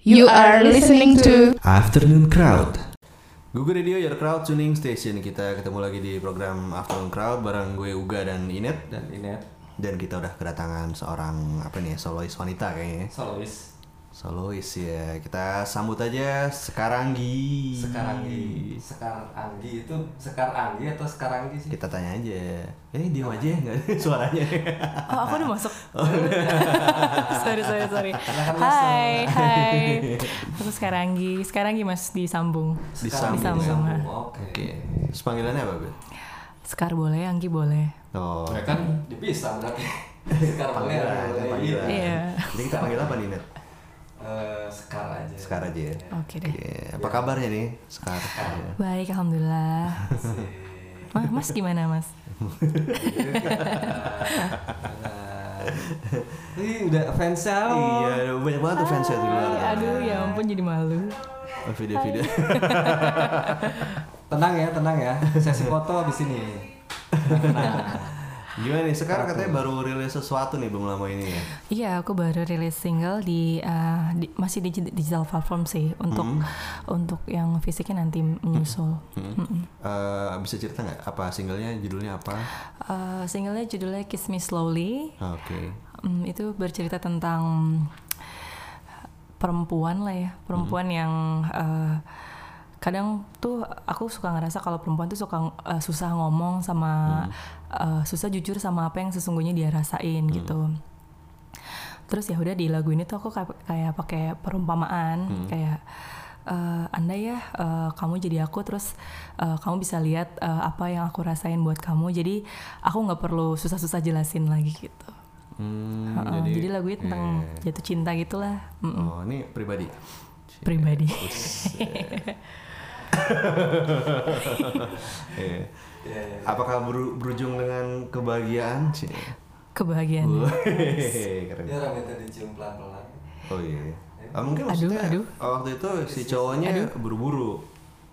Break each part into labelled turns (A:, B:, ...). A: You are listening to
B: Afternoon Crowd. Google Radio Your Crowd Tuning Station. Kita ketemu lagi di program Afternoon Crowd bareng gue Uga dan Inet
C: dan ini ya
B: dan kita udah kedatangan seorang apa nih ya, solois wanita kayaknya.
C: solois
B: Solois ya. Kita sambut aja sekarang Gi.
C: sekarang Anggi sekarang Anggi itu sekarang Anggi atau sekarang Anggi sih
B: Kita tanya aja. Eh diam aja nggak ada suaranya.
A: Oh, aku udah masuk. sorry, sorry, sorry.
C: Silahkan masuk.
A: Hai, hai. Aku sekarang Gi. Sekarang Gi Mas disambung.
C: Sekarang
B: Disambung.
C: disambung. oke
B: Oke. Terus panggilannya apa, Bel?
A: Sekar boleh, Anggi boleh.
B: Oh.
C: Ya kan dipisah berarti sekarang boleh
B: Panggilan,
C: boleh.
B: panggilan.
A: Iya.
B: Jadi kita panggil apa nih, Net?
C: Eh, sekarang aja Iya
B: Sekar aja ya.
A: Oke deh.
B: Oke, Apa kabarnya nih, Sekar?
A: Baik, alhamdulillah.
C: Sih.
A: Ma- Mas gimana, Mas?
C: Nah, ini udah fans ya.
B: Iya, ada banyak banget tuh fansnya di luar.
A: Hai, Oh. aduh, ya ampun jadi malu.
B: Oh, Video-video.
C: tenang ya tenang ya sesi foto di sini
B: Iya.
C: nah,
B: Gimana nih, sekarang katanya baru rilis sesuatu nih belum lama ini ya?
A: Iya, aku baru rilis single di, eh, di- masih di digi- digital platform sih untuk untuk yang fisiknya nanti menyusul. Mm-mm.
B: Eh, bisa cerita nggak apa singlenya judulnya apa? Ah,
A: Eh, singlenya judulnya Kiss Me Slowly.
B: Oke.
A: Mm, itu bercerita tentang eh, perempuan lah ya, perempuan yang eh, kadang tuh aku suka ngerasa kalau perempuan tuh suka eh, susah ngomong sama eh, susah jujur sama apa yang sesungguhnya dia rasain gitu. Terus ya udah di lagu ini tuh aku kayak, kayak pakai perumpamaan kayak eh, anda ya eh, kamu jadi aku terus eh, kamu bisa lihat eh, apa yang aku rasain buat kamu jadi aku nggak perlu susah-susah jelasin lagi gitu.
B: Hmm,
A: Heeh, jadi, lagunya tentang
B: iya.
A: jatuh cinta gitulah Mm,
B: Oh, ini pribadi.
A: pribadi.
B: Iya.
C: ya, ya.
B: Apakah beru- berujung dengan kebahagiaan? Cie.
A: Kebahagiaan.
B: Iya. Wih, Keren.
C: ya rambutnya dicium pelan pelan
B: Oh iya. Ah, mungkin maksudnya
A: aduh.
B: waktu itu si cowoknya buru-buru.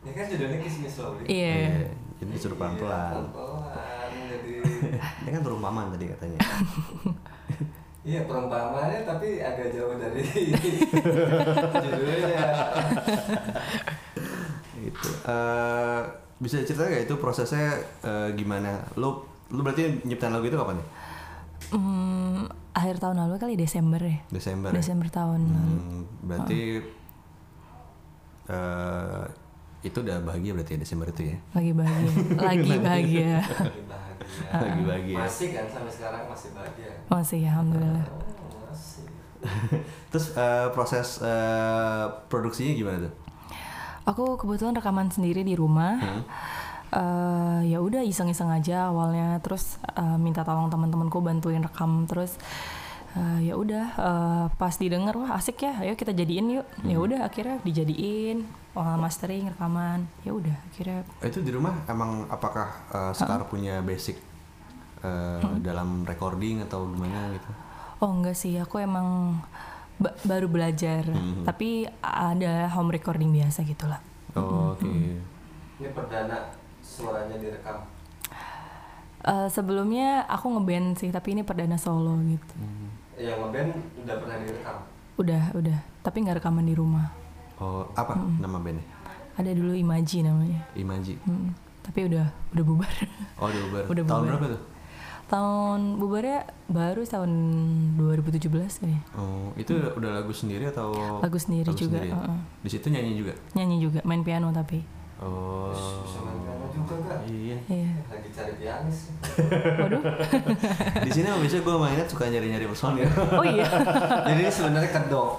C: ya kan judulnya Kiss Me Slowly
A: Iya.
B: Iya, Jadi disuruh pelan-pelan.
C: Iya. pelan jadi
B: Ini kan perumpamaan tadi katanya.
C: iya perumpamaannya tapi agak jauh dari judulnya
B: itu eh bisa cerita nggak itu prosesnya eh, gimana lu lu berarti nyiptain lagu itu kapan ya
A: Mm, akhir tahun lalu kali Desember ya.
B: Desember ya?
A: Desember tahun. lalu.
B: Hmm, berarti eh itu udah bahagia berarti ya Desember itu ya
A: Lagi bahagia. Lagi bahagia.
C: lagi bahagia
B: lagi bahagia
C: masih kan sampai sekarang masih bahagia
A: Masih ya, alhamdulillah.
C: Oh, masih
B: terus eh, proses eh, produksinya gimana tuh
A: Aku kebetulan rekaman sendiri di rumah. Eh, ya udah iseng-iseng aja awalnya terus eh, minta tolong teman-temanku bantuin rekam terus eh, ya udah eh, pas didengar wah asik ya ayo kita jadiin yuk ya udah akhirnya dijadiin olah mastering rekaman ya udah akhirnya
B: itu di rumah emang apakah eh, Sekar punya basic eh, dalam recording atau gimana gitu
A: oh enggak sih aku emang ba- baru belajar tapi ada home recording biasa gitulah
B: oh, oke
C: ini perdana suaranya direkam
A: Eh sebelumnya aku ngeband sih tapi ini perdana solo gitu
C: Eh, yang ngeband udah pernah direkam
A: udah udah tapi nggak rekaman di rumah
B: oh apa nama bandnya
A: ada dulu imaji namanya
B: Imaji
A: Mm, tapi udah udah bubar.
B: oh di Uber
A: Udah
B: tahun
A: bubar.
B: berapa tuh
A: tahun bubarnya baru tahun 2017 kali. ya.
B: Oh, itu udah lagu sendiri atau
A: Lagu sendiri juga,
B: sendiri?
A: heeh.
B: Di situ nyanyi juga.
A: Nyanyi juga, main piano tapi.
B: Oh.
C: bisa main piano juga nggak
B: Iya.
A: Iya.
C: lagi cari pianis
A: Waduh.
B: Di sini emang biasanya gue mainnya suka nyari-nyari personil.
A: Oh iya.
C: jadi ini sebenarnya kedok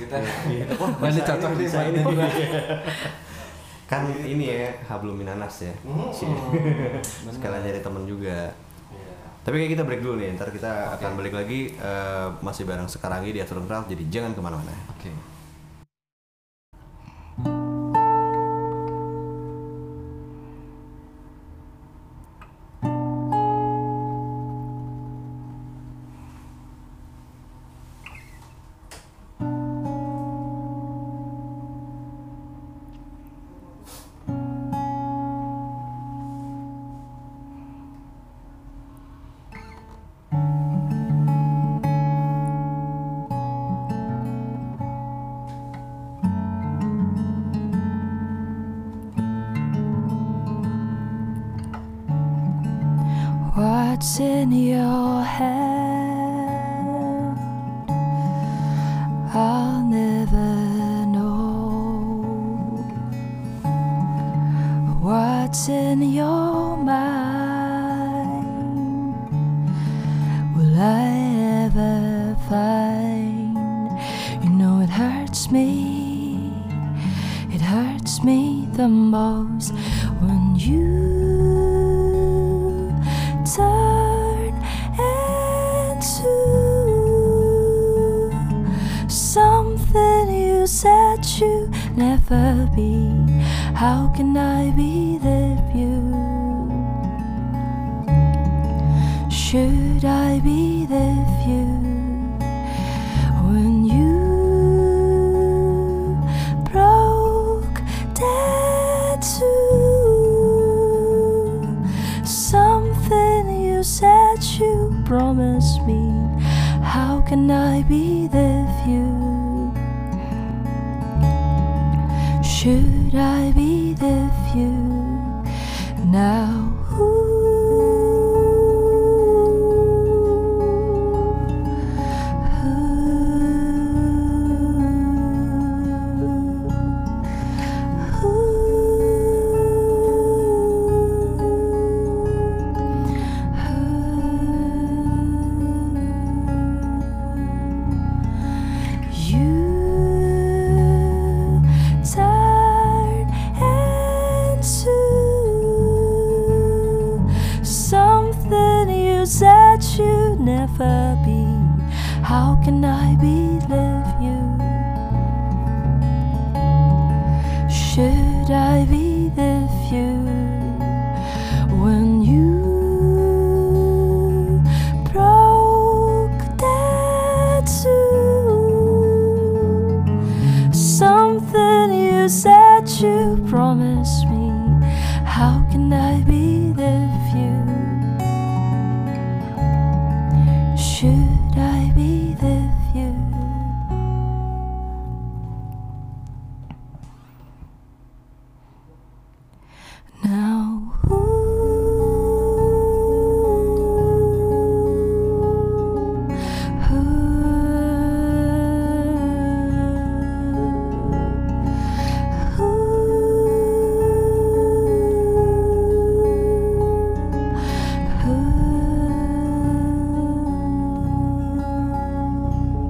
C: kita
B: Wah,
C: Nah, ini cocok
B: bisa
C: nih,
B: ini.
C: buat
B: kan ini ya, hablum minanas ya.
C: Hmm.
B: Cie. Sekalian nyari temen juga.
C: Iya.
B: Tapi kayak kita break dulu nih, ntar kita akan balik lagi eh, masih bareng sekarang di Afternoon Craft, jadi jangan kemana-mana.
C: Oke.
B: Terima
A: what's in your head. I'll never know what's in your mind. Will I ever find? You know, it hurts me. It hurts me the most when you turn into something you said you never be. How can I be the you? Should I be there for you when you broke down to something you said you promised me? How can I be there for you? Should I be there for you now? You turn into something you said you never be. How can I believe you? Should I be the few when you broke that too? Something you said you promised me. How can I be the few? Should I be the few? Now, ooh, ooh, ooh, ooh.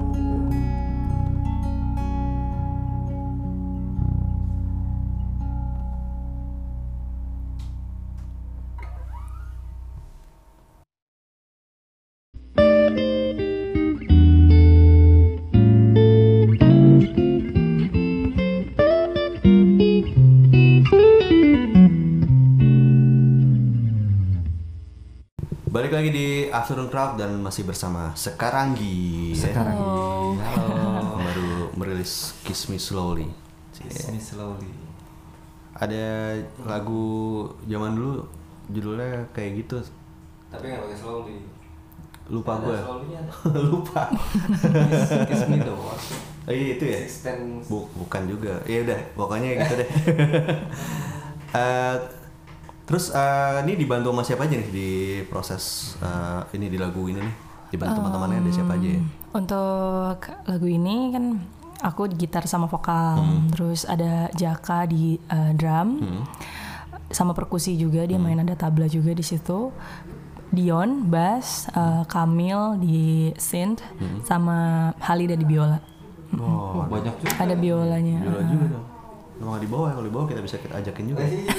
B: Balik lagi di Afternoon Crowd dan masih bersama Sekaranggi. ya.
C: Sekarang ini. Halo.
B: baru merilis Kiss Me Slowly.
C: Kiss me slowly.
B: Ada lagu zaman dulu judulnya kayak gitu.
C: Tapi nggak pakai slowly.
B: Lupa
C: Ada
B: gue.
C: slowly-nya ada.
B: Lupa.
C: Kiss, kiss me the watch.
B: Eh, itu ya.
C: Iya. Sixpence.
B: Bu- bukan juga. Ya udah, pokoknya gitu deh. Eh, terus eh, ini dibantu sama siapa aja nih di proses eh, ini di lagu ini nih? Dibantu teman-temannya ada siapa aja ya?
D: Untuk lagu ini kan aku di gitar sama vokal, terus ada Jaka di eh, drum, sama perkusi juga dia main ada tabla juga di situ. Dion bass, eh, Kamil di synth, sama Halida di biola.
C: Oh, banyak juga.
D: Ada biolanya.
B: Biola juga dong. Emang nggak di bawah ya, kalau di bawah kita bisa kita ajakin juga.
C: Eh, iya.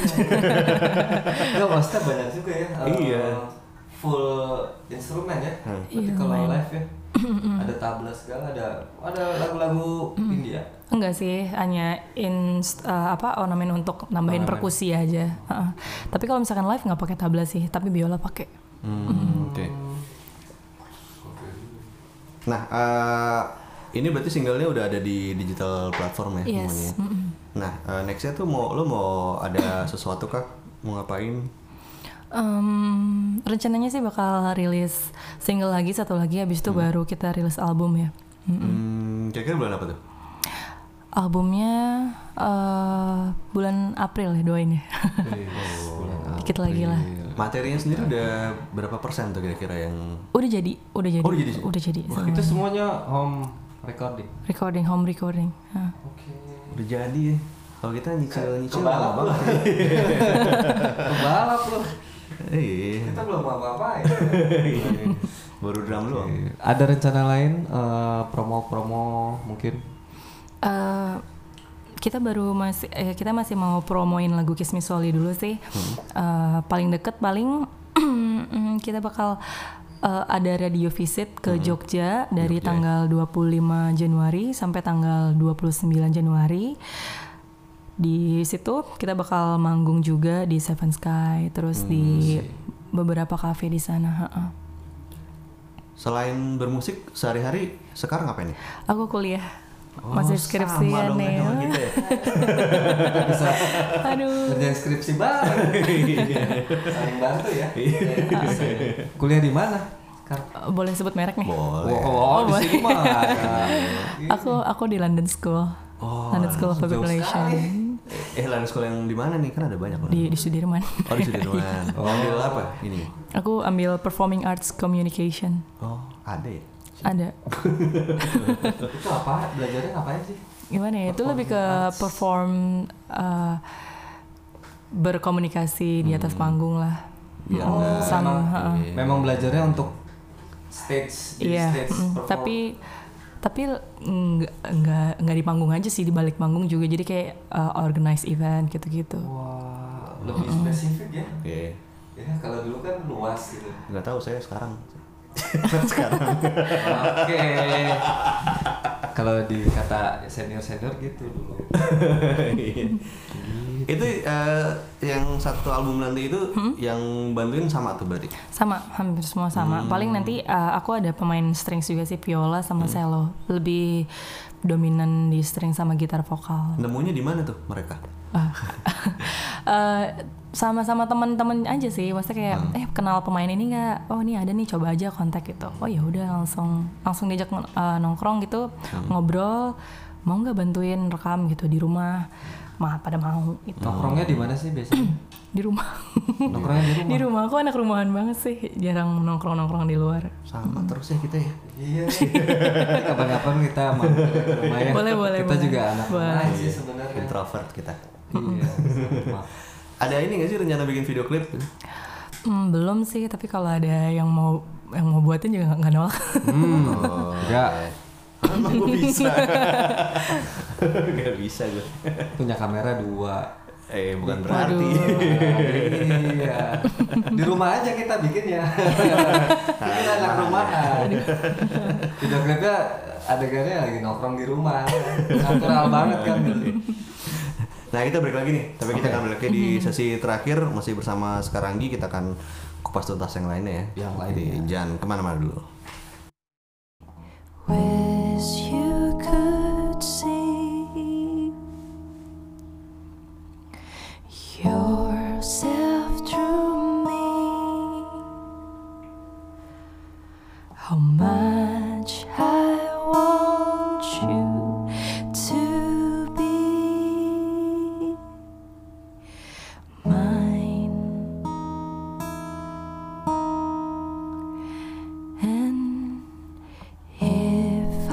C: Enggak, maksudnya banyak juga ya. eh,
B: Iya.
C: Full instrumen ya.
B: Hmm.
C: Tapi kalau live ya ada tabla segala ada ada lagu-lagu India.
D: Enggak sih, hanya in eh, apa ornamen untuk nambahin
C: Ornamen.
D: perkusi aja. Heeh. Tapi kalau misalkan live nggak pakai tabla sih, tapi biola pakai.
B: Hmm, Oke. Nah, eh, ini berarti singlenya udah ada di digital platform ya
D: Yes,
B: semuanya. Nah, eh, nextnya tuh mau lo mau ada sesuatu kah? Mau ngapain?
D: Em, rencananya sih bakal rilis single lagi satu lagi habis itu baru kita rilis album ya.
B: Hmm, kira-kira bulan apa tuh?
D: Albumnya eh, bulan April ya doain ya. Dikit lagi lah.
B: April. Materinya sendiri udah berapa persen tuh kira-kira yang
A: Udah jadi, udah jadi.
B: Oh, udah jadi?
A: Udah jadi.
B: Wah,
A: semuanya.
C: Itu semuanya home recording.
A: recording home recording. Hah.
C: Oke.
B: udah jadi ya? Kalau kita nyicil-nyicil
C: Kebalap
B: lama banget. ya.
C: Kebalap loh.
B: Iya.
C: Kita belum apa-apain.
B: Baru drum doang.
C: Iya. Ada rencana lain eh, promo-promo mungkin?
A: Eh, kita baru masih eh, kita masih mau promoin lagu Kismis Soli dulu sih.
B: Hmm.
A: Eh, paling deket paling mm, kita bakal eh, ada radio visit ke Jogja dari
B: Hmm. Jogja.
A: tanggal 25 Januari sampai tanggal 29 Januari. Di situ kita bakal manggung juga di Seven Sky
B: Hmm,
A: terus di beberapa cafe di sana. ha-ha.
B: Selain bermusik sehari-hari sekarang apa nih?
A: Aku kuliah masih skripsi
B: Oh, sama dong
A: nih.
B: kayak sama kita ya.
C: Kita bisa
A: Aduh.
C: kerjain skripsi bareng. Saling bantu ya. Kuliah di mana? Sekarang?
A: Eh, Boleh sebut merek nih?
B: Boleh.
C: Wow,
A: Oh,
C: di sini mah.
A: iya.
C: Iya.
A: Aku aku di London School.
C: Oh,
A: London School of Public
B: jauh
A: Relation
B: Eh, lain sekolah yang di mana nih? Kan ada banyak loh.
A: di di Sudirman.
B: Oh, di Sudirman. Oh, ambil apa? Ini.
A: aku ambil Performing Arts Communication.
B: Oh, ada ya.
A: Ada
C: Itu apa? Belajarnya ngapain sih?
A: gimana ya? Itu lebih ke perform eh, berkomunikasi di
C: Hmm.
A: atas panggung lah.
C: Ya,
B: Biar
A: Mm,
B: nggak-
A: sama heeh.
B: Iya.
C: Memang belajarnya untuk stage, jadi
A: Iya,
C: stage
A: mm,
C: perform.
A: tapi tapi nggak nggak nggak di panggung aja sih di balik panggung juga jadi kayak eh, organize event gitu-gitu.
C: Wah, lebih
A: Hmm.
C: spesifik ya.
B: Iya.
C: Ya, kalau dulu kan luas gitu.
B: Nggak tahu saya sekarang.
C: Oke. Kalau dikata senior-senior gitu dulu.
B: Hmm. Iya. itu eh, yang satu album nanti itu yang bantuin sama tuh berarti
A: Sama, hampir semua sama. Paling nanti uh, aku ada pemain strings juga sih, viola sama cello. Lebih dominan di string sama gitar vokal.
B: nemunya di mana tuh mereka
A: Ah. Eh, sama-sama teman-teman aja sih. Maksudnya kayak eh kenal pemain ini nggak? Oh, ini ada nih, coba aja kontak gitu. Oh ya udah langsung langsung diajak eh, nongkrong gitu, ngobrol, mau nggak bantuin rekam gitu di rumah. Mah pada mau itu.
C: Nongkrongnya di mana sih biasanya?
A: Di rumah.
C: Nongkrongnya di
A: di
C: rumah.
A: rumah aku anak rumahan banget sih, jarang nongkrong-nongkrong di luar.
B: sama terus ya kita ya
C: Iya. Nanti Kapan-kapan kita mau ke rumah ya.
A: Boleh, boleh,
C: Kita
A: boleh.
C: juga anak rumah
A: Boleh.
C: sih Iya, sebenarnya.
B: Iya, introvert kita
C: Iya.
B: ada ini nggak sih rencana bikin video klip
A: Hmm, belum sih, tapi kalau ada yang mau yang mau buatin juga nggak- nggak nolak.
C: Hmm.
A: Oh,
B: Oh,
C: Enggak
A: iya.
B: emang gue bisa nggak bisa gue
C: punya kamera dua.
B: eh bukan berarti
C: iya. Di rumah aja kita bikinnya. kita anak rumahan. Video klipnya adegannya lagi nongkrong di rumah. Natural banget kan.
A: Iya.
B: nah kita break lagi nih tapi kita
C: Oke.
B: akan break lagi di sesi terakhir masih bersama Sekaranggi kita akan kupas tuntas yang lainnya ya
C: Yang
B: Jadi, jangan kemana-mana dulu
E: Wish you could see yourself through me. How much I want you to be mine and if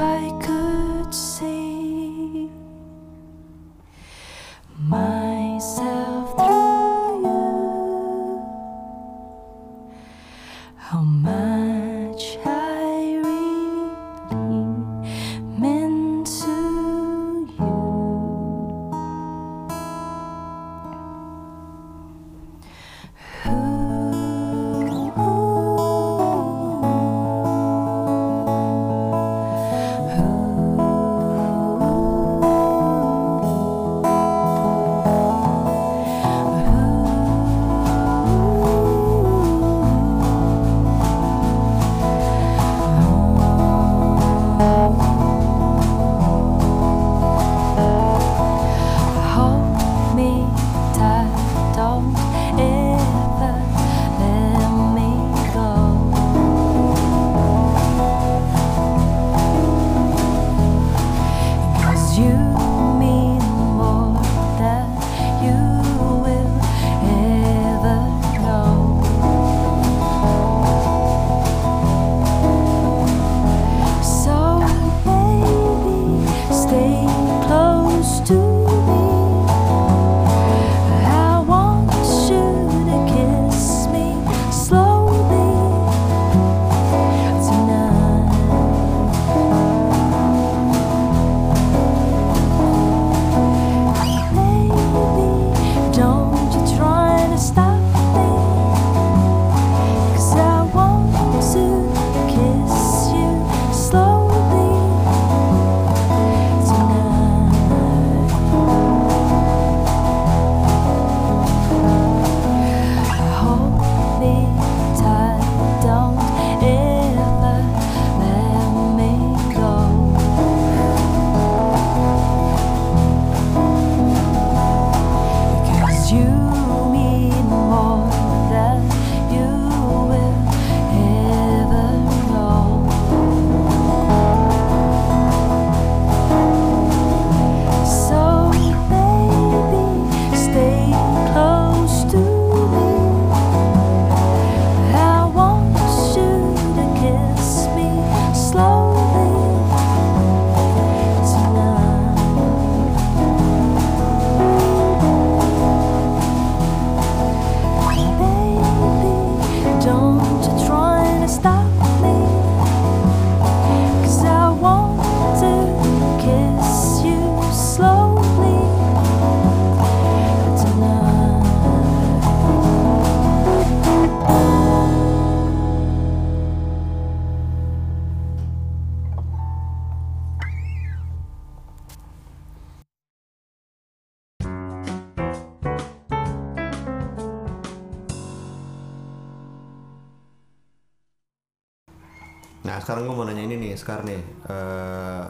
B: Nah sekarang gue mau nanya ini nih, Sekar nih. Eh,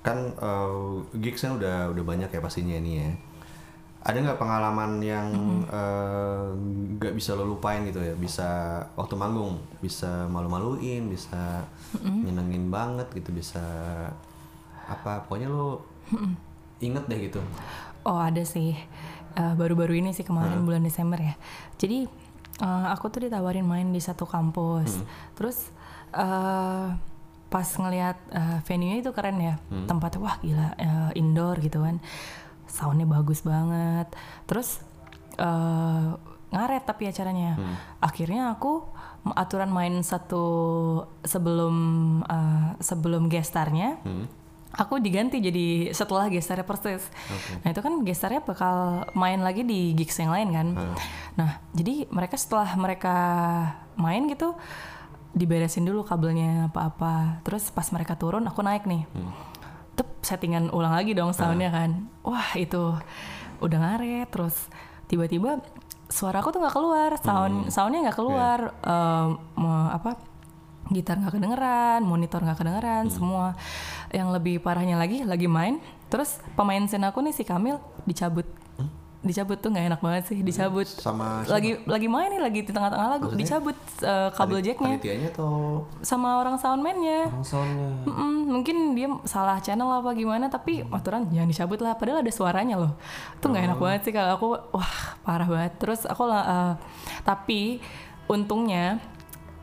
B: kan eh, gigsnya udah udah banyak ya pastinya ini ya. Ada nggak pengalaman yang eh, nggak bisa lo lupain gitu ya? Bisa waktu manggung, bisa malu-maluin, bisa nyenengin banget gitu, bisa apa? Pokoknya lo inget deh gitu.
A: Oh ada sih Eh, baru-baru ini sih kemarin bulan Desember ya. Jadi eh, aku tuh ditawarin main di satu kampus. Terus eh, pas ngelihat eh, venue-nya itu keren ya. Tempatnya wah gila eh, indoor gitu kan. Soundnya bagus banget. Terus eh, ngaret tapi acaranya. Akhirnya aku m- aturan main satu sebelum eh, sebelum gestarnya aku diganti jadi setelah gestarnya persis. Nah itu kan gestarnya bakal main lagi di gigs yang lain kan. Nah jadi mereka setelah mereka main gitu diberesin dulu kabelnya apa-apa. Terus pas mereka turun aku naik nih. Tep settingan ulang lagi dong soundnya
B: Ah.
A: kan. Wah itu udah ngaret terus tiba-tiba suara aku tuh nggak keluar
B: Hmm.
A: sound soundnya
B: Iya.
A: nggak keluar Em, me- apa gitar nggak kedengeran, monitor nggak
B: Hmm.
A: kedengeran, semua. Yang lebih parahnya lagi, lagi main, terus pemain sen aku nih si Kamil dicabut, dicabut tuh nggak enak banget sih, dicabut.
B: Hmm? Sama siapa?
A: lagi lagi main nih, lagi di tengah-tengah lagu,
B: Maksudnya?
A: dicabut eh, kabel
B: Palit-
A: jacknya
B: Panitianya atau
A: sama orang
B: Oh.
A: soundman-nya.
C: Soalnya
A: Mm-mm, mungkin dia salah channel apa gimana tapi aturan jangan dicabut lah padahal ada suaranya loh itu nggak enak banget sih kalau aku wah parah banget terus aku lah eh, tapi untungnya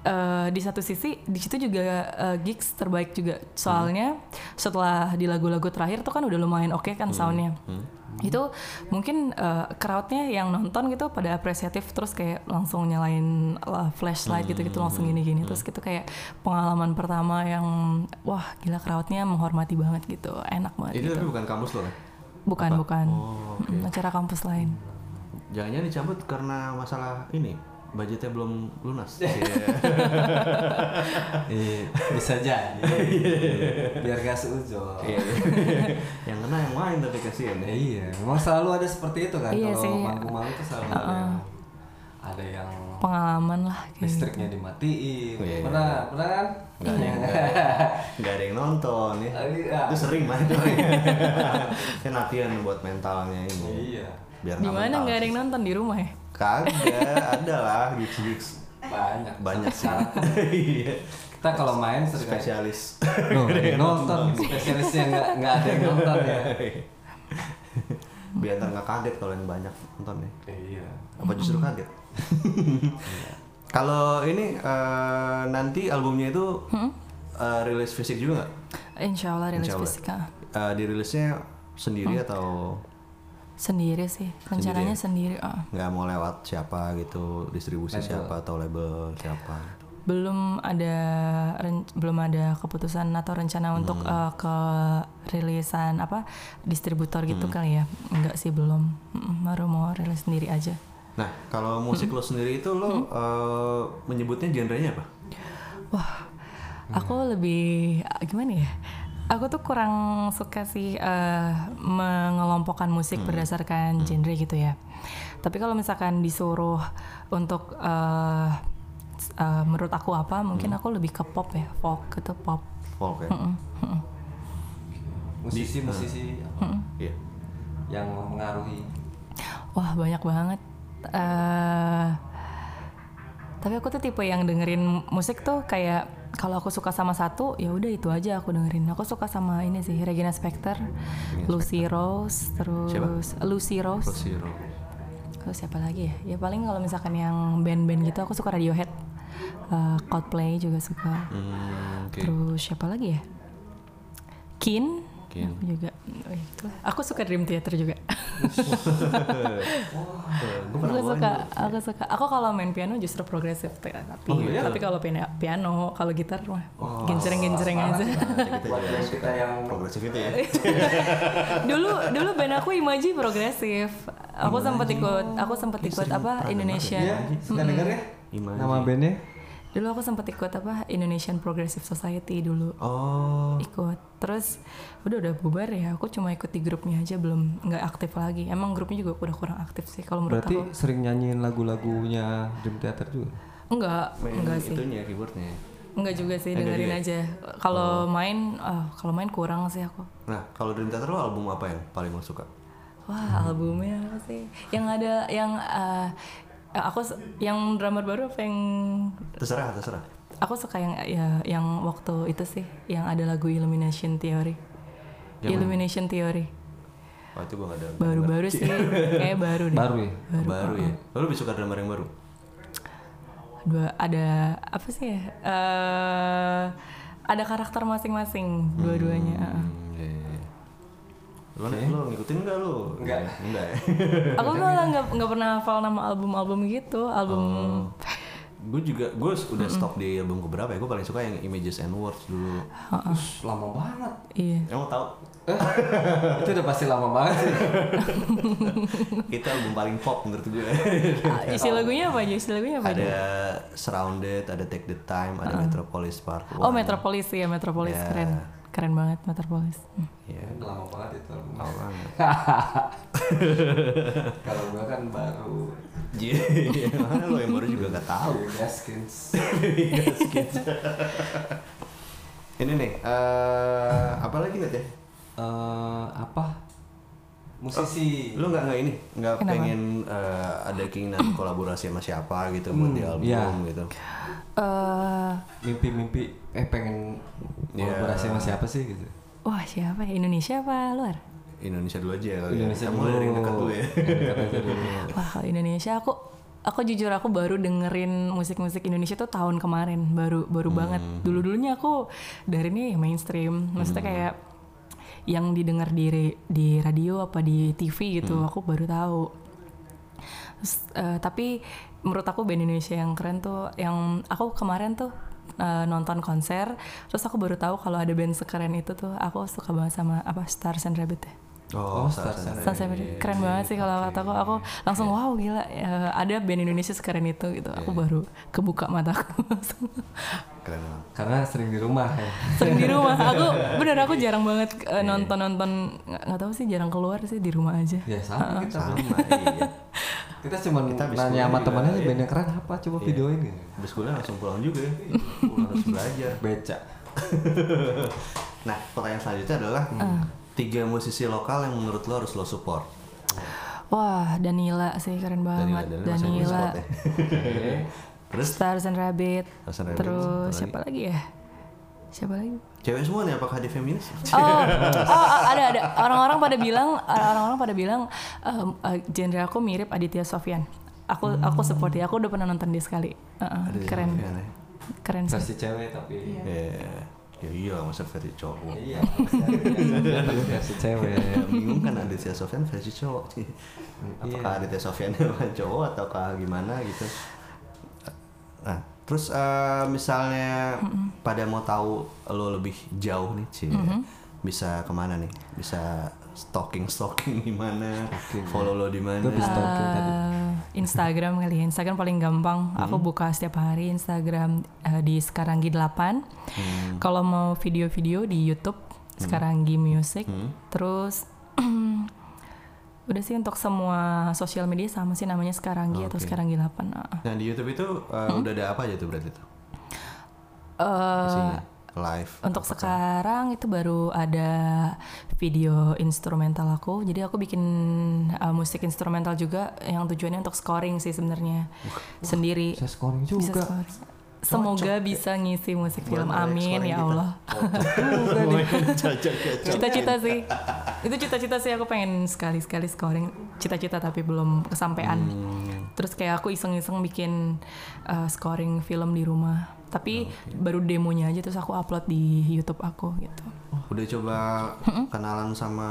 A: eh, di satu sisi di situ juga eh, gigs terbaik juga soalnya setelah di lagu-lagu terakhir tuh kan udah lumayan oke kan soundnya
B: Hmm.
A: itu mungkin eh, crowdnya yang nonton gitu pada apresiatif terus kayak langsung nyalain lah, flashlight gitu
B: Hmm.
A: gitu langsung gini-gini terus gitu kayak pengalaman pertama yang wah gila crowdnya menghormati banget gitu enak banget
B: itu
A: gitu
B: tapi bukan kampus lo kan?
A: bukan
B: apa?
A: bukan
B: Oh, oke. Hmm.
A: Mm, acara kampus lain
B: Jangan-jangan dicabut karena masalah ini budgetnya belum lunas. Iya,
C: iya, bisa jadi. Biar gak seujung.
B: Iya. yang kena yang lain tapi kasihan
C: Ya,
B: ya.
C: iya, memang selalu ada seperti itu kan.
A: Iya sih.
C: Kalau manggung-manggung tuh selalu ada yang ada yang
A: pengalaman lah gitu. kayak
C: listriknya dimatiin.
B: Oh, iya, iya.
C: Pernah, pernah kan?
B: Nggak ada yang nggak ada yang nonton ya.
C: Ah, iya.
B: Itu sering banget. Kan latihan buat mentalnya ini.
C: Iya.
B: Biar
A: di mana nggak ada yang nonton di rumah ya
B: Kagak ada lah gigs gigs
C: Banyak.
B: banyak sih. Iya.
C: Kita kalau main sering
B: Spesialis.
C: Loh, nonton spesialisnya nggak nggak ada yang nonton ya.
B: Biar ntar nggak kaget kalau yang banyak nonton ya.
C: Iya.
B: Apa justru kaget? Kalau ini eh, nanti albumnya itu eh, rilis fisik juga nggak?
A: Insya Allah rilis
B: Insya Allah.
A: fisika
B: Eh, dirilisnya sendiri
A: Oh.
B: atau
A: sendiri sih
B: ya?
A: rencananya sendiri ah.
B: nggak mau lewat siapa gitu distribusi siapa atau label siapa
A: belum ada ren- belum ada keputusan atau rencana untuk eh, ke rilisan apa distributor gitu kali ya enggak sih belum Mm, baru mau rilis sendiri aja
B: nah kalau musik lo sendiri itu lo eh, menyebutnya genrenya apa
A: wah aku lebih ah, gimana ya aku tuh kurang suka sih eh, mengelompokkan musik berdasarkan genre gitu ya tapi kalau misalkan disuruh untuk eh, s- eh, menurut aku apa mungkin aku lebih ke pop ya folk gitu pop
B: folk ya
C: Musisi-musisi
A: Hmm.
B: Iya.
C: yang mempengaruhi.
A: Wah banyak banget. eh tapi aku tuh tipe yang dengerin musik tuh kayak kalau aku suka sama satu ya udah itu aja aku dengerin. Aku suka sama ini sih Regina Spektor, Lucy Rose, terus Lucy Rose.
B: Terus Hero.
A: Terus siapa lagi ya? Ya paling kalau misalkan yang band-band gitu aku suka Radiohead, Eh, Coldplay juga suka.
B: Hmm, oke
A: Terus siapa lagi ya? Kin
B: Kin.
A: Aku juga. Oh, itulah. Aku suka Dream Theater juga.
B: Eh, Gua pernah
A: aku
B: bawain
A: suka
B: dulu.
A: aku suka aku kalau main piano justru progresif t- tapi
B: Oh, iya? Oh.
A: tapi kalau piano, piano kalau gitar mah gencereng gencereng aja
B: kita
C: Buat
B: juga
C: yang
B: suka
C: kita yang Iya.
B: progresif itu ya
A: dulu dulu band aku imaji progresif aku sempat ikut aku sempat ikut apa
B: ya?
C: Iya,
A: Indonesia
C: suka denger ya?
B: Imaji.
C: Nama bandnya?
A: dulu aku sempat ikut apa Indonesian Progressive Society dulu
B: oh
A: ikut terus udah udah bubar ya aku cuma ikut di grupnya aja belum nggak aktif lagi emang grupnya juga udah kurang aktif sih kalau menurut
C: Berarti
A: aku
C: sering nyanyiin lagu-lagunya Dream Theater juga?
A: enggak
B: main
A: enggak sih
B: itunya keyboardnya
A: Enggak juga sih,
B: Enggak
A: dengerin
B: juga ya?
A: aja. Kalau main, ah, kalau main kurang sih aku.
B: Nah, kalau dari teater lo album apa yang paling lo suka?
A: Wah, albumnya apa sih? Yang ada yang eh, aku s- yang drummer baru apa yang
B: Terserah, terserah.
A: aku suka yang ya yang waktu itu sih, yang ada lagu Illumination Theory.
B: Yang mana?
A: Illumination Theory.
B: Oh, itu gue gak ada.
A: Baru-baru sih, kayak baru deh.
C: Baru ya?
B: Baru, ya. Lo lebih suka drummer yang baru?
A: Ah, Dua ada apa sih ya? Eh, ada karakter masing-masing dua-duanya. ah, heeh.
B: Hmm, iya, iya, iya. Lo, lo ngikutin gak lo?
C: Enggak.
B: Enggak ya?
A: Aku malah nggak nggak pernah hafal nama album-album gitu, album
B: Oh. gue juga, gue udah stop di album keberapa ya? Gue paling suka yang Images and Words dulu.
C: Terus lama banget.
A: iya.
B: Emang tau?
C: Itu udah pasti lama banget sih.
B: Itu album paling pop menurut gue.
A: Ah, isi lagunya apa aja? Isi lagunya apa aja?
B: ada Surrounded, ada Take the Time, ada Metropolis Park.
A: Oh,
B: One.
A: Metropolis ya, Metropolis
B: Ya.
A: keren. Keren banget Metropolis. Hmm.
B: Iya.
C: lama banget itu.
B: Tau banget.
C: Kalau gua kan baru
B: Iya, makanya lo yang baru juga gak tahu.
C: Gaskins.
B: Ini nih, eh apa lagi Nat, ya?
C: Eh apa? Musisi.
B: Eh, Lu nggak nggak ini, nggak
A: Kenapa?
B: pengen eh, ada keinginan kolaborasi sama siapa gitu buat di album
C: iya.
B: gitu.
A: Eh,
C: Mimpi-mimpi eh pengen
B: Iya.
C: kolaborasi sama siapa sih gitu.
A: wah siapa? ya? Indonesia apa luar?
B: Indonesia dulu aja kali. ya.
C: Indonesia
B: Kita
C: dulu.
B: mulai dari yang dekat dulu ya.
C: Dekat aja dulu.
A: Wah kalau Indonesia aku aku jujur aku baru dengerin musik-musik Indonesia tuh tahun kemarin baru baru banget dulu dulunya aku dari ini mainstream maksudnya kayak yang didengar di re- di radio apa di TV gitu aku baru tahu Terus, eh, tapi menurut aku band Indonesia yang keren tuh yang aku kemarin tuh eh, nonton konser terus aku baru tahu kalau ada band sekeren itu tuh aku suka banget sama apa Stars and Rabbit ya
B: Oh,
C: Oh,
B: Stars
C: Stars
B: and
C: and
A: Sunset
B: iya,
A: Beach. keren banget sih kalau kata aku aku langsung wow gila eh, ada band Indonesia sekeren itu gitu aku
B: Iya.
A: baru kebuka mataku langsung.
B: Rabbit. Keren banget.
C: Karena sering di rumah ya.
A: sering
B: Iya.
A: di rumah aku bener aku jarang banget nonton nonton nggak nggak tahu sih jarang keluar sih di rumah aja
C: Ya sama kita.
B: Ah, Sama, iya.
C: Kita cuma
B: Kita habis
C: nanya sama
B: kuliah
C: temannya
B: juga, iya.
C: band yang keren apa coba videoin ya.
B: Habis kuliah langsung pulang juga ya. Pulang harus belajar.
C: Beca.
B: Nah, pertanyaan selanjutnya adalah
C: Hmm.
B: tiga musisi lokal yang menurut lo harus lo support.
A: wah Danila sih keren banget Danila,
B: Danila masih yang di support ya. Terus
A: Stars and Rabbit
B: Stars and Rabbit,
A: terus
B: apa
A: siapa lagi ya siapa lagi
B: cewek semua nih apakah di feminis?
A: Oh, oh, ada ada orang-orang pada bilang orang-orang pada bilang ehm, eh, genre aku mirip Aditya Sofyan. Aku aku support dia. Aku udah pernah nonton dia sekali. Uh-uh,
B: Ada di
A: keren.
B: feminis, ya.
A: Keren sih. Eh,
C: Versi cewek tapi
A: Iya.
B: Ya, ya iya masa versi cowok.
C: Iya. versi- Versi
A: Iya,
C: cewek.
B: Ya, bingung kan Aditya Sofyan versi cowok
A: Iya.
B: apakah Aditya Sofyan emang cowok ataukah gimana gitu nah terus eh, misalnya pada mau tahu lo lebih jauh nih Ci ya, bisa kemana nih bisa stalking stalking di mana
A: ya.
B: follow lo di mana
C: Itu habis stalking tadi.
A: Eh, Instagram kali ya. Instagram paling gampang. Aku
B: Hmm.
A: buka setiap hari Instagram eh, di Sekaranggi 8.
B: Hmm.
A: Kalau mau video-video di YouTube Sekaranggi Music.
B: Hmm.
A: Terus udah sih untuk semua sosial media sama sih namanya Sekaranggi atau
B: Oh, Oke.
A: Sekaranggi 8. uh-uh.
B: nah di YouTube itu eh, udah ada apa aja tuh berarti tuh
A: Eh,
B: isinya live
A: Untuk sekarang itu baru ada video instrumental aku. Jadi aku bikin uh, musik instrumental juga yang tujuannya untuk scoring sih sebenarnya. Sendiri
C: Bisa scoring
A: bisa
C: juga.
A: scoring. Semoga bisa ngisi musik film.
B: Boleh,
A: Amin
B: scoring
A: ya
B: kita.
A: Allah.
B: cocok cocok
A: Cita-cita sih. Itu cita-cita sih aku pengen sekali-sekali scoring. Cita-cita tapi belum kesampaian.
B: Hmm.
A: Terus kayak aku iseng-iseng bikin uh, scoring film di rumah. Tapi baru demonya aja terus aku upload di YouTube aku gitu.
B: Udah coba kenalan sama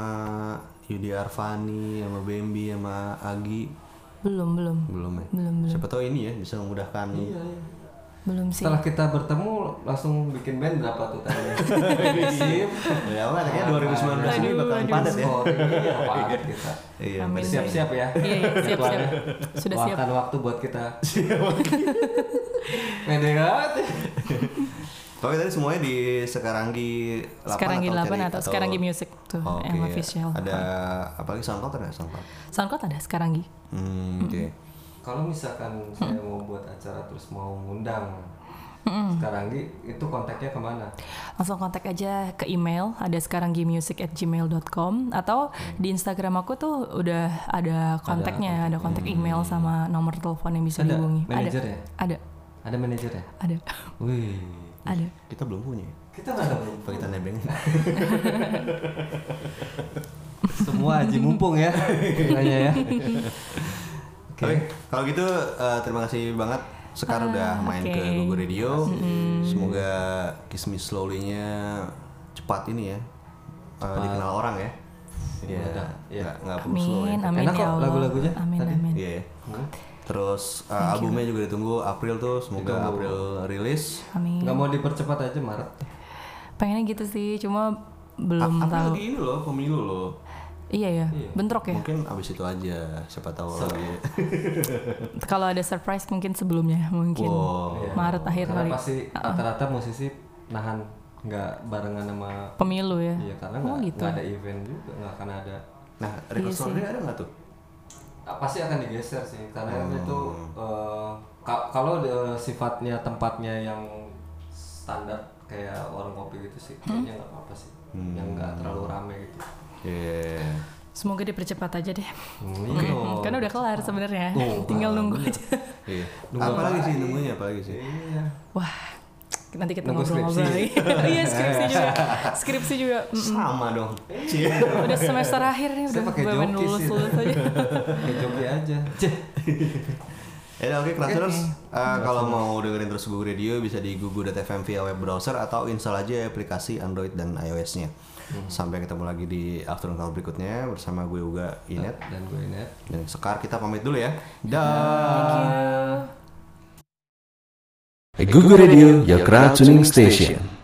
B: Yudi Arfani, sama Bambi, sama Agi
A: Belum, belum.
B: belum ya?
A: Belum, belum.
B: Siapa tahu ini ya bisa memudahkan.
A: Iya.
C: Iya,
A: Belum sih.
C: Setelah kita bertemu langsung bikin band berapa tuh tadi? Sip.
B: Ya, apa kayaknya 2019 ini
A: Aduh,
B: bakalan padat ya.
C: Scoring, iya, padat kita.
B: Iya,
A: Amin.
C: Siap-siap ya.
A: Iya, iya, siap, siap.
C: Jadwalnya.
A: Sudah siap.
B: kan.
C: Luangkan waktu buat kita. Pede banget.
B: Tapi tadi semuanya di Sekaranggi 8
A: Sekarang Gi 8 atau,
B: sekarang
A: sekarang Gi Music tuh yang official.
B: Oh, Ada apalagi SoundCloud ada SoundCloud.
A: SoundCloud ada sekarang Gi.
B: Hmm, oke.
A: Hmm.
C: Kalau misalkan saya mau buat acara terus mau ngundang
A: Hmm.
C: sekarang Gi, itu kontaknya kemana?
A: langsung kontak aja ke email ada sekarang gmusic@gmail.com atau di Instagram aku tuh udah ada kontaknya, ada kontak
B: Hmm.
A: email sama nomor telepon yang bisa
C: Ada ya?
A: dihubungi.
C: manajernya?
A: Ada,
C: Ada ya? manajernya?
A: ada,
C: Wih,
A: ada.
B: Kita belum punya. ya?
C: kita nggak ada belum?
B: Apa kita nebeng?
C: Semua haji mumpung ya, kayaknya ya. Oke.
B: Oke, kalau gitu eh, terima kasih banget Sekar udah main
A: Ah, oke.
B: ke Google Radio. Semoga Kismis Slowly-nya cepat ini ya. eh, dikenal orang ya. Iya.
C: Meledak, iya.
B: Nggak nggak perlu slow ya.
A: Amin, amin
C: Enak
A: ya
C: kok
A: Allah.
C: lagu-lagunya
A: Amin,
C: tadi.
A: amin.
B: Iya. ya. Terus eh, albumnya juga ditunggu April tuh semoga
C: Ditunggu.
B: April rilis.
A: Amin.
C: Nggak mau dipercepat aja Maret.
A: Pengennya gitu sih, cuma belum
B: A- April
A: tahu.
B: lagi ini loh pemilu loh.
A: Iya ya, bentrok ya.
B: Mungkin abis itu aja siapa tahu Iya. lagi.
A: Kalau ada surprise mungkin sebelumnya, mungkin
B: Wow.
A: Maret akhir
C: Iya. Oh, Karena
A: kali.
C: pasti rata-rata musisi nahan nggak barengan sama
A: Pemilu ya.
C: Iya karena
A: Oh,
C: nggak
A: gitu.
C: nggak ada event juga nggak akan ada
B: Nah, record
A: Iya sih.
B: store-nya ada nggak tuh?
C: Ah, pasti akan digeser sih karena kan itu eh, ka- kalau de- sifatnya tempatnya yang standar kayak warung kopi gitu sih
A: Hmm.
C: kayaknya nggak apa-apa sih yang nggak terlalu rame gitu.
B: Iya.
A: Semoga dipercepat aja deh.
C: Oke.
A: Karena udah kelar sebenarnya,
C: Oh,
A: tinggal
C: ah,
A: nunggu aja.
B: Iya.
C: Nunggu
B: Apa lagi
C: apa
B: sih
C: lagi?
B: nunggunya? Apa lagi sih?
C: Iya.
A: Wah, nanti kita
C: Nunggu
A: ngobrol-ngobrol lagi.
C: skripsi.
A: iya skripsi juga, skripsi juga. Mm-mm.
B: Sama dong. Iya.
A: Udah semester akhir nih,
C: Saya
A: udah
C: pakai
A: beban
C: joki sih.
A: lulus-lulus aja.
C: Kayak joki aja.
B: Ya oke Crushers, Eh, kalau mau dengerin terus Google Radio bisa di google.fm via web browser atau install aja aplikasi Android dan iOS-nya. Sampai ketemu lagi di afternoon call berikutnya bersama gue Uga Inet
C: Dan gue net.
B: dan Sekar kita pamit dulu ya. Dah.
F: E, Google Radio, your crowd tuning station.